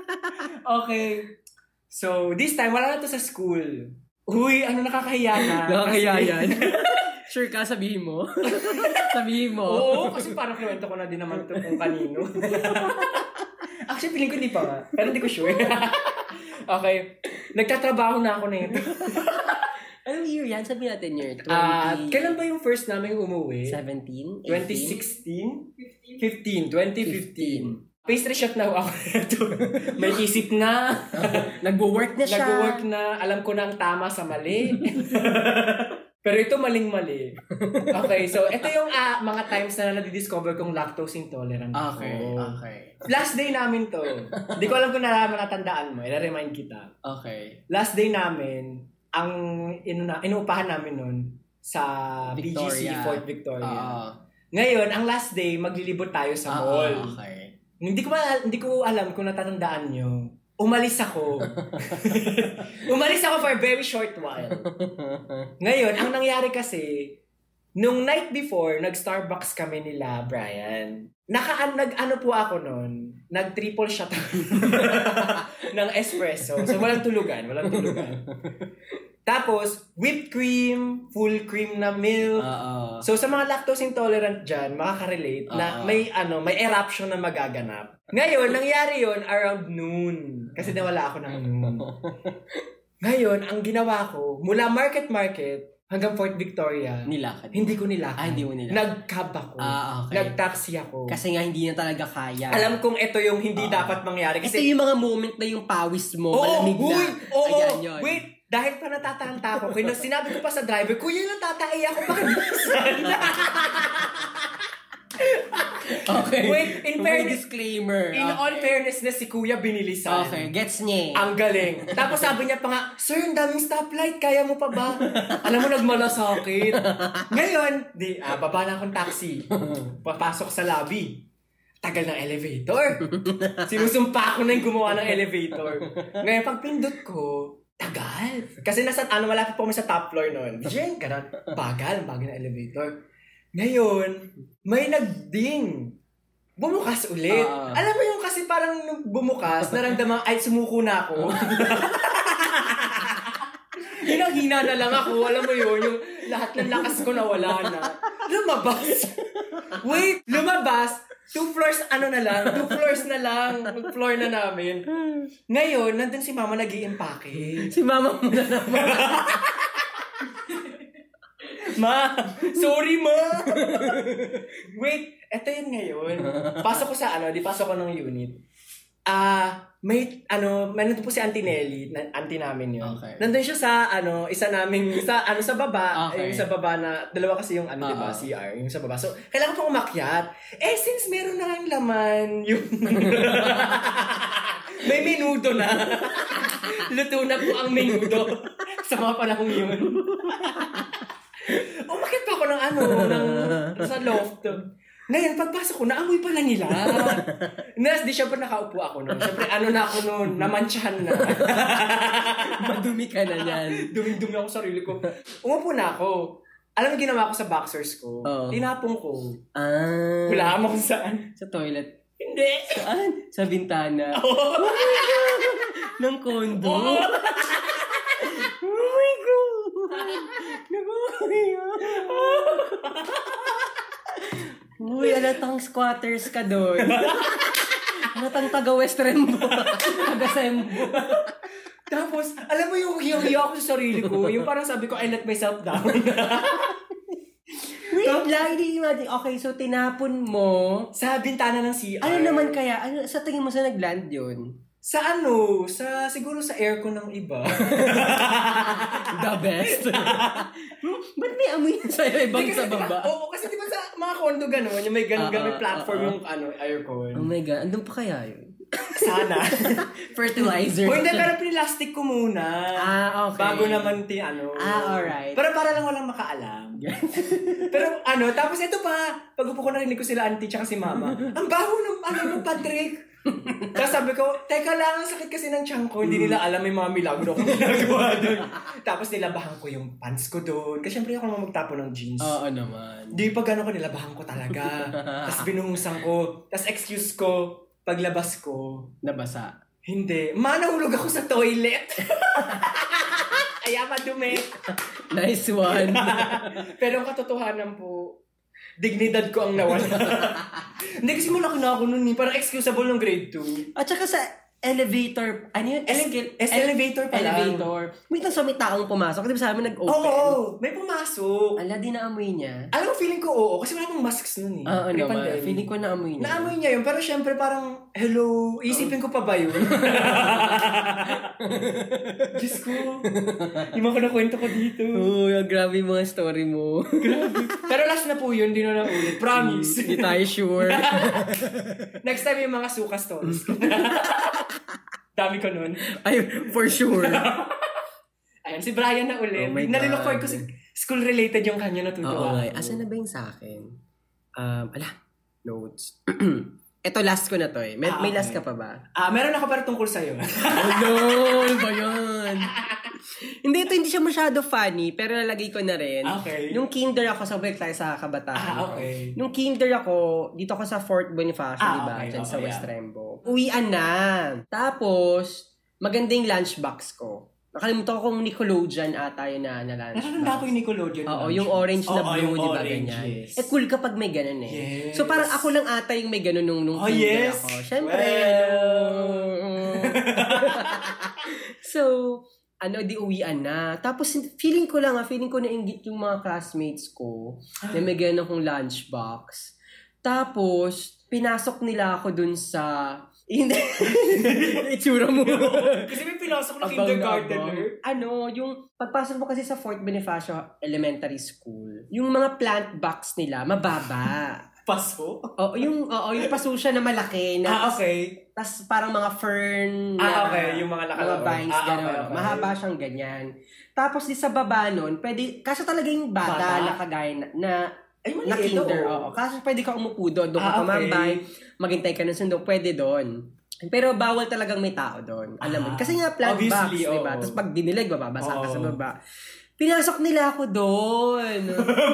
C: okay. So, this time, wala na to sa school. Uy, ano nakakahiya na.
B: Nakakahiya
C: Kasi-
B: yan. sure ka, sabihin mo. sabihin mo.
C: Oo, kasi parang kinuwento ko na din naman ito kung kanino. Actually, feeling ko hindi pa nga. Pero hindi ko sure. okay. Nagtatrabaho na ako na ito.
B: Anong year yan? Sabi natin year. 20...
C: Ah, kailan ba yung first namin umuwi?
B: 17? 18?
C: 2016? 15. 2015. Pastry chef na ako ito. May isip na.
B: Nagwo-work na siya.
C: Nag-work na. Alam ko na ang tama sa mali. Pero ito maling-mali. Okay, so ito yung ah, mga times na nadidiscover kong lactose intolerant. ako.
B: Okay, ah. okay.
C: Last day namin to. Hindi ko alam kung nalaman natandaan mo. Ira-remind kita.
B: Okay.
C: Last day namin, ang inuna, inuupahan namin nun sa
B: Victoria.
C: BGC Fort Victoria.
B: Ah,
C: Ngayon, ang last day, maglilibot tayo
B: ah,
C: sa mall.
B: okay.
C: Hindi ko ma- hindi ko alam kung natatandaan nyo. Umalis ako. umalis ako for a very short while. Ngayon, ang nangyari kasi, nung night before, nag-Starbucks kami nila, Brian. Naka, nag-ano po ako noon, nag-triple shot ng espresso. So, walang tulugan, walang tulugan. Tapos, whipped cream, full cream na milk,
B: Ah, ah.
C: So sa mga lactose intolerant dyan, makaka-relate na
B: Oo.
C: may ano, may eruption na magaganap. Ngayon, nangyari 'yon around noon kasi nawala ako ng
B: Mm.
C: noon. Ngayon, ang ginawa ko mula Market Market hanggang Fort Victoria,
B: nilakad.
C: hindi ko nilakad.
B: Ah, hindi mo nilakad.
C: Nag-cab ako.
B: Ah, okay.
C: Nag-taxi ako.
B: Kasi nga hindi na talaga kaya.
C: alam kong ito yung hindi
B: Oo.
C: dapat mangyari
B: Ito
C: kasi
B: yung mga moment na yung pawis mo,
C: Oo,
B: malamig na.
C: uy, oo,
B: Ayan yun.
C: wait, dahil pa natatanta ako, kaya sinabi ko pa sa driver, kuya, natataiya ako, pakibigsan.
B: Okay.
C: Wait,
B: May
C: in fairness-
B: disclaimer. Oh,
C: In all fairness na si Kuya binilisan.
B: okay, gets niya eh.
C: Ang galing. Tapos sabi niya pa nga, Sir, ang daming stoplight, kaya mo pa ba? Alam mo, nagmalasakit. Ngayon, di, ah, baba na akong taxi. Papasok sa lobby. Tagal ng elevator. Sinusumpa ko na yung gumawa ng elevator. Ngayon, pag pindot ko, tagal. Kasi nasa, ano, malapit po kami sa top floor noon. Diyan, ganun. Bagal, bagal ng elevator. Ngayon, may nagding. Bumukas ulit.
B: Ah.
C: Alam mo yung kasi parang nung bumukas, naramdaman, ay, sumuko na ako. yun ang hina na lang ako. Alam mo yun, yung lahat ng lakas ko nawala na. Lumabas. Wait, lumabas. Two floors, ano na lang, two floors na lang, floor na namin. Ngayon, nandun si mama nag i
B: Si mama mo na naman.
C: Ma! Sorry, ma! Wait, eto yun ngayon. Pasok ko sa ano, di pasok ko ng unit. Ah, may ano, may nandun po si Auntie Nelly, na, auntie namin yun.
B: Okay.
C: Nandun siya sa ano, isa namin, sa ano, sa baba,
B: Okay. Ah,
C: yung sa baba na, dalawa kasi yung ano, di
B: Oo.
C: ba, CR, yung sa baba. So, kailangan pong umakyat. Eh, since meron na ang laman, yung... may minuto na. Luto na po ang minuto sa mga panahon yun. Umakit pa ako ng ano, ng, sa loft. Ngayon, pagpasok ko, naamoy pala nila. Nas, di syempre nakaupo ako nun. Syempre, ano na ako nun, namansyahan na.
B: Madumi ka na yan.
C: Duming-dumi ako sa sarili ko. Umupo na ako. Alam mo, ginawa ko sa boxers ko.
B: Oo.
C: Tinapong ko.
B: Ah.
C: Wala mo kung saan.
B: Sa toilet.
C: Hindi.
B: Saan? Sa bintana. ng condo.
C: Oo.
B: Oh my God! Nakakaya! Uy, alatang squatters ka doon. alatang taga West Rembo. taga Sembo.
C: Tapos, alam mo yung hiyo-hiyo ako sa sarili ko. Yung parang sabi ko, I let myself down.
B: Wait lang, hindi imagine. Okay, so tinapon mo.
C: sa bintana ng CR.
B: Ano naman kaya? Ano, sa tingin mo sa nagland yun?
C: Sa ano? Sa, siguro sa aircon ng iba.
B: The best. Hmm, Ba't may amoy na sa'yo ibang
C: Hindi,
B: sa
C: kasi di ba-
B: baba?
C: Oo, kasi di ba sa mga condo gano'n, yung may gano'n
B: Ah,
C: gano'n
B: ah,
C: platform
B: ah, ah.
C: yung ano, aircon.
B: Oh my God, andun pa kaya yun?
C: Sana.
B: Fertilizer.
C: o hindi, pero pinilastic ko muna.
B: Ah, okay.
C: Bago naman ti ano.
B: Ah, alright.
C: Pero para lang walang makaalam. pero ano, tapos ito pa, pag upo ko narinig ko sila auntie tsaka si mama, ang baho ng ano ng Patrick. Tapos sabi ko, teka lang, ang sakit kasi ng tiyan ko. Hindi nila alam may mga milagro akong ginagawa doon. Tapos nilabahan ko yung pants ko doon. Kasi syempre ako naman magtapo ng jeans.
B: Oo naman.
C: Di pag ano ko, nilabahan ko talaga. Tapos binuhusan ko. Tapos excuse ko, paglabas ko,
B: Nabasa.
C: hindi. Ma, nahulog ako sa toilet. Kaya madumi.
B: Nice one.
C: Pero ang katotohanan po, dignidad ko ang nawala. Hindi kasi malaki na ako noon eh. Parang excusable ng grade 2.
B: At saka sa elevator, ano yun?
C: Ele- es- elevator pa lang.
B: Elevator. Wait lang, so may taong pumasok. Di ba sabi mo
C: Oo,
B: nag-open?
C: may pumasok.
B: Ala, di naamoy niya.
C: Alam mo, feeling ko oo. Kasi wala pang masks noon eh.
B: Ah, ano ba?
C: Pre-pandemic.
B: Feeling ko naamoy niya.
C: Naamoy niya yun, pero syempre parang, hello, isipin ko pa ba yun? Diyos ko, yung mga kwento ko dito.
B: Oo, oh, grabe yung mga story mo.
C: Pero last na po yun, di na lang ulit. Promise.
B: Mm, Hindi tayo sure.
C: Next time yung mga suka stories. Dami ko nun.
B: Ay, for sure.
C: Ayan, si Brian na ulit.
B: Oh
C: Oh
B: my God.
C: ko si school-related yung kanya
B: Oo
C: natutuwa.
B: nga. Asan na ba yung sa akin? Um, ala, notes. Ito, last ko na to eh. May,
C: Ah,
B: may last
C: okay.
B: ka pa ba?
C: Ah, meron ako para tungkol
B: Oh
C: sa'yo.
B: no, ano ba yun? hindi, ito hindi siya masyado funny, pero nalagay ko na rin.
C: Okay.
B: Nung kinder ako, sa balik tayo sa kabataan.
C: Ah, okay.
B: Nung kinder ako, dito ako sa Fort Bonifacio,
C: Ah,
B: di ba?
C: okay,
B: Diyan sa
C: okay,
B: West
C: yeah.
B: Rembo. Uwian na. Tapos, magandang lunchbox ko. Nakalimutan ko kung Nickelodeon ata yun na, na
C: Naranda
B: lunchbox.
C: ko yung Nickelodeon.
B: Oo, yung orange na
C: Oo,
B: blue,
C: yung
B: di ba
C: orange,
B: ganyan?
C: yes.
B: Eh, cool kapag may ganun eh.
C: Yes.
B: So, parang ako lang ata yung may ganun nung, nung
C: Oh,
B: kinder
C: yes.
B: ako. Siyempre,
C: Well.
B: so, ano, di uwian na. Tapos, feeling ko lang, ah, feeling ko nainggit yung mga classmates ko na may ganun akong lunchbox. Tapos, pinasok nila ako dun sa... Hindi. Itsura mo.
C: Kasi may pinasok na eh.
B: Abang na
C: kindergartener.
B: abang. Ano, yung pagpasok mo kasi sa Fort Bonifacio Elementary School, yung mga plant box nila, mababa.
C: Paso?
B: Oo, yung, oo, yung paso siya na malaki. Na,
C: Ah, okay.
B: tas parang mga fern na,
C: Ah, okay. Yung mga
B: mga
C: nakalaon.
B: vines,
C: Ah, okay,
B: gano'n.
C: okay.
B: Mahaba siyang ganyan. Tapos di sa baba nun, pwede, kaso talaga yung bata,
C: Bata?
B: na kagaya na, na,
C: Ay, oh. maliit,
B: na kinder.
C: oo.
B: Oo. Kaso pwede ka umupo doon, doon
C: Ah,
B: ka
C: okay.
B: tumambay, maghintay ka ng sundo, pwede doon. Pero bawal talagang may tao doon. Alam mo,
C: Ah,
B: yun. kasi nga plant box,
C: obviously,
B: diba?
C: oo.
B: Tapos pag dinilag, bababasa ka sa
C: Oo.
B: baba. Pinasok nila ako doon.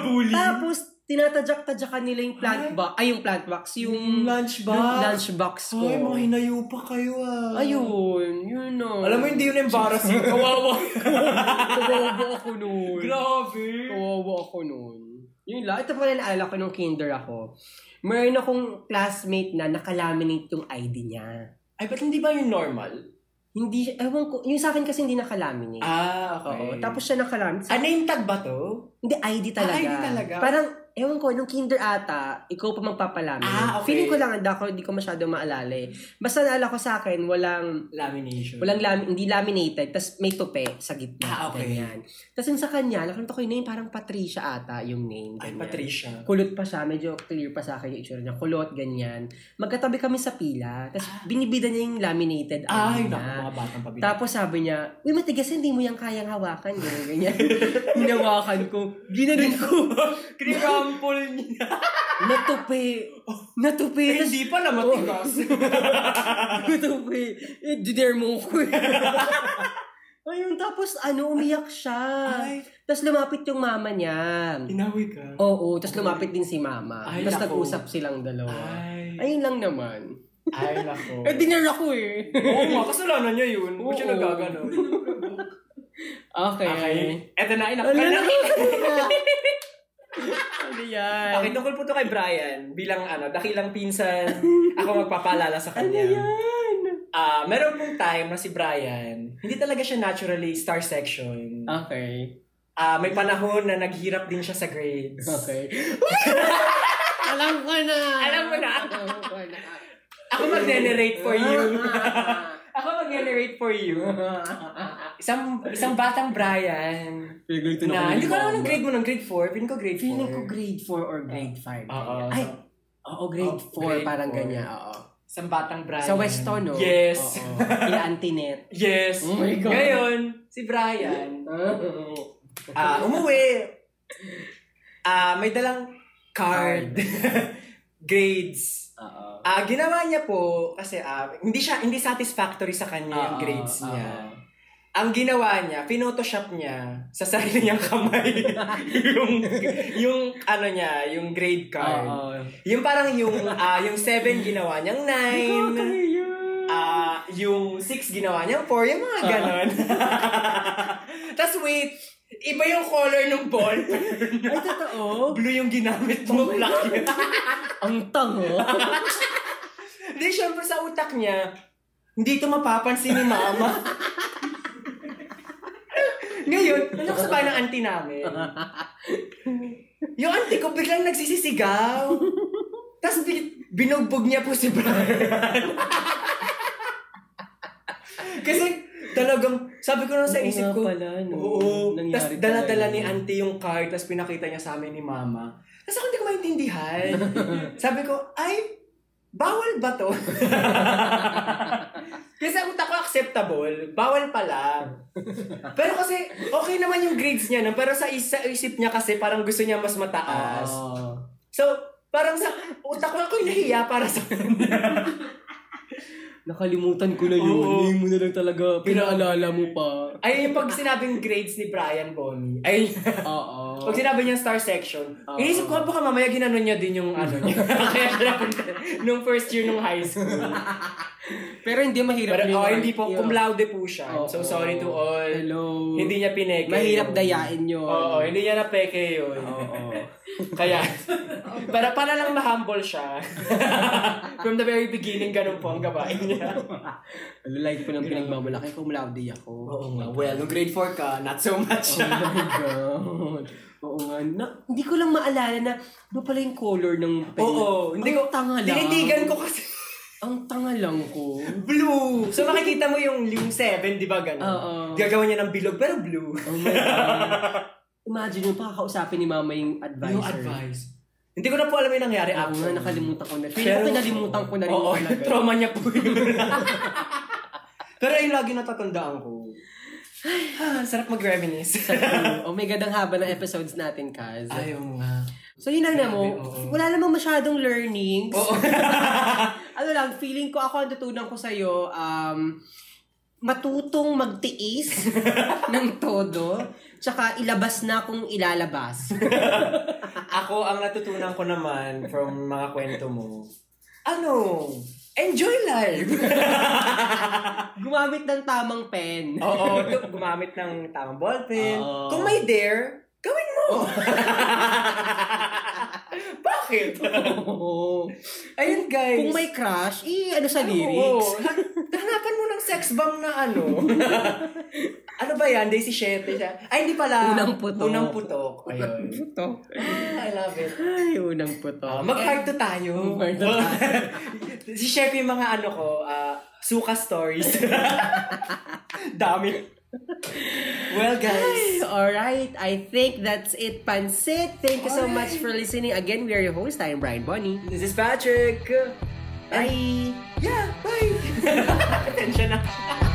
C: Bully.
B: Tapos, tinatadyak-tadyakan nila yung plant box. Ay, yung plant box. Yung,
C: lunchbox.
B: yung lunchbox ko.
C: Ay, mga hinayo pa kayo ah.
B: Ayun, yun na.
C: Alam mo, hindi yun embarrassing. Kawawa.
B: Kawawa ako nun.
C: Grabe.
B: Kawawa ako nun. Yun lang. Ito pa rin naalala ko nung kinder ako. Meron akong classmate na nakalaminate yung ID niya.
C: Ay, ba't hindi ba yung normal?
B: Hindi, ewan ko, yung sa akin kasi hindi nakalamin eh.
C: Ah,
B: Oo, tapos siya nakalamin.
C: ano yung tag ba to?
B: Hindi, ID talaga.
C: Ah, ID talaga.
B: Parang, ewan ko, nung kinder ata, ikaw pa magpapalamin.
C: Ah, okay.
B: Feeling ko lang, hindi ako, hindi ko masyado maalala eh. Basta naalala ko sa akin, walang,
C: Lamination.
B: walang lami, hindi laminated, tas may tupe sa gitna.
C: Ah, okay.
B: Ganyan. Tas yung sa kanya, nakalimutan ko yung name, parang Patricia ata yung name.
C: Ay,
B: ganyan.
C: Patricia.
B: Kulot pa siya, medyo clear pa sa akin yung itsura niya. Kulot, ganyan. Magkatabi kami sa pila, tas binibida niya yung laminated.
C: Ah. Ay,
B: ano
C: naku,
B: niya.
C: mga batang pabili.
B: Tapos sabi niya, uy, matigas yan, hindi mo yan kayang hawakan. Ganyan, ganyan. Hinawakan ko. Ginanon ko.
C: Kinampol niya.
B: Natupi. Natupi.
C: Eh, hindi pala matigas.
B: Natupi. Eh, dider mo ko. eh. Ayun, tapos ano, umiyak siya.
C: Ay,
B: Tapos lumapit yung mama niya.
C: inawi ka.
B: Oo, tapos lumapit din si mama.
C: Ay,
B: Tapos
C: nako.
B: nag-usap silang dalawa.
C: Ay.
B: Ayun lang naman.
C: Ay, nako.
B: Eh, dinner ako eh.
C: Oo nga, kasalanan niya yun. Ba't siya
B: Oo.
C: nagagano?
B: Okay.
C: Okay. Eto na, inak
B: Ano
C: ka
B: na?
C: na.
B: Ano yan?
C: Okay, tungkol po to kay Brian, bilang ano, dakilang pinsan, ako magpapaalala sa
B: Ano
C: kanya.
B: yan?
C: Ah, meron pong time na si Brian, hindi talaga siya naturally star section.
B: Okay.
C: Ah, may panahon na naghirap din siya sa grades.
B: Okay. Alam ko na.
C: Alam mo na.
B: Alam ko na.
C: Ako mag-generate for you. ako mag-generate for you. Isang isang batang Brian
B: Pigay
C: na, hindi ko alam anong grade mo ng grade 4, pin ko grade 4.
B: Feeling ko grade 4 or grade 5.
C: Oo.
B: Ay, oo, grade
C: Oo,
B: 4,
C: ah, Oh, grade
B: parang
C: four.
B: ganyan. Oo.
C: Isang batang Brian.
B: Sa Weston, no?
C: Yes.
B: Oo. Ila Antinet.
C: Yes.
B: Oh my God.
C: Ngayon, si Brian, Ah, umuwi. Ah, may dalang card. grades.
B: Oo.
C: Ah, ginawa niya po kasi ah, hindi siya hindi satisfactory sa kanya yung
B: Oo,
C: grades
B: oo.
C: niya. Ang ginawa niya, pinotoshop niya sa sarili niyang kamay yung yung ano niya, yung grade card.
B: Oo.
C: Yung parang yung ah, yung 7 ginawa niyang 9. Ah, yung 6 ginawa niyang 4, yung mga ganon. Tapos wait, iba yung color ng ball.
B: Ay, totoo.
C: Blue yung ginamit mo, black yun.
B: Ang tango.
C: Hindi, syempre sa utak niya, hindi ito mapapansin ni mama. Ngayon, nanok sa bahay ng auntie namin. Yung auntie ko biglang nagsisisigaw. Tapos bi- binugbog niya po si Brian. Kasi talagang, sabi ko na sa
B: Oo
C: isip
B: nga
C: ko,
B: pala, no.
C: oo,
B: Nangyari
C: tapos
B: pala
C: dala-dala
B: yun.
C: ni auntie yung card, tapos pinakita niya sa amin ni mama. Tapos ako hindi ko maintindihan. sabi ko, ay, bawal ba to? kasi ang utak ko acceptable, bawal pala. Pero kasi, okay naman yung grades niya, no? pero sa isa isip niya kasi parang gusto niya mas
B: Ah,
C: mataas.
B: Oo.
C: So, parang sa utak ko ako'y nahiya para sa
B: Nakalimutan ko na yun.
C: Oo.
B: Hindi mo na lang talaga. Pinaalala mo pa.
C: Ayun yung pag sinabing grades ni Brian Bonnie. Ayun.
B: Oo.
C: Pag sinabi niya star section,
B: Oo.
C: inisip ko baka mamaya ginanon niya din yung ano niya. Kaya nung first year nung high school.
B: Pero hindi mahirap.
C: Pero
B: yun.
C: oh, hindi po,
B: Yun.
C: cum laude po siya. I'm
B: Oo.
C: so sorry to all.
B: Ah, Hello.
C: Hindi niya pineke.
B: Mahirap
C: yun.
B: dayain yun.
C: Oo, hindi niya na peke yun.
B: Oo.
C: Kaya, para para lang ma-humble siya. From the very beginning, ganun po ang gabain niya.
B: Ano, like ko nang pinagmamalaki ko, malawdi ako.
C: Oo nga. oh Well, nung grade 4 ka, not so much.
B: Oh my God. Oo nga. Na, hindi ko lang maalala na ano pala yung color ng pen.
C: Oo, hindi
B: Ang
C: ko,
B: tanga lang.
C: tinitigan ko kasi.
B: Ang tanga lang ko.
C: Blue! So makikita mo yung yung 7, di ba ganun?
B: Oo.
C: Gagawa niya ng bilog, pero blue.
B: Oh my God. Imagine mo, pakakausapin ni mama yung advisor.
C: Hindi ko na po alam yung nangyari
B: Oo nga,
C: after.
B: nakalimutan ko na. Pero pinalimutan ko na rin
C: Mm. Oo,
B: talaga.
C: trauma niya po yun. pero yung lagi natatandaan ko. Ah, sarap mag-reminisce.
B: oh my God, ang haba ng episodes natin, Kaz.
C: Ayaw nga.
B: So yun lang na mo,
C: Grabe, oo.
B: wala namang masyadong learnings.
C: Oo.
B: ano lang, feeling ko ako ang tutunan ko sa'yo, um, matutong magtiis ng todo, tsaka ilabas na kung ilalabas.
C: Ako, ang natutunan ko naman from mga kwento mo, ano, enjoy life!
B: Gumamit ng tamang pen.
C: Oo, gu- gumamit ng tamang ballpen.
B: Oo.
C: Kung may dare, gawin mo! Bakit?
B: Oo.
C: Ayun guys.
B: Kung may crush, eh, ano sa
C: Oo.
B: lyrics?
C: Han- Hanapin usapan mo ng sex bomb na ano. ano ba yan? Day si Shete siya. Ay, hindi pala.
B: Unang putok.
C: Unang putok. Ayun.
B: Puto.
C: Ah, I love it.
B: Ay, unang puto.
C: Ah, mag-part two tayo.
B: Mag-part two tayo.
C: Si-share ko yung mga ano ko, ah, suka stories. Dami. Well, guys.
B: Alright, I think that's it, Pansit. Thank you so much for listening. Again, we are your host. I am Brian Bonnie.
C: This is Patrick.
B: Bye!
C: Yeah, bye. Atensya na.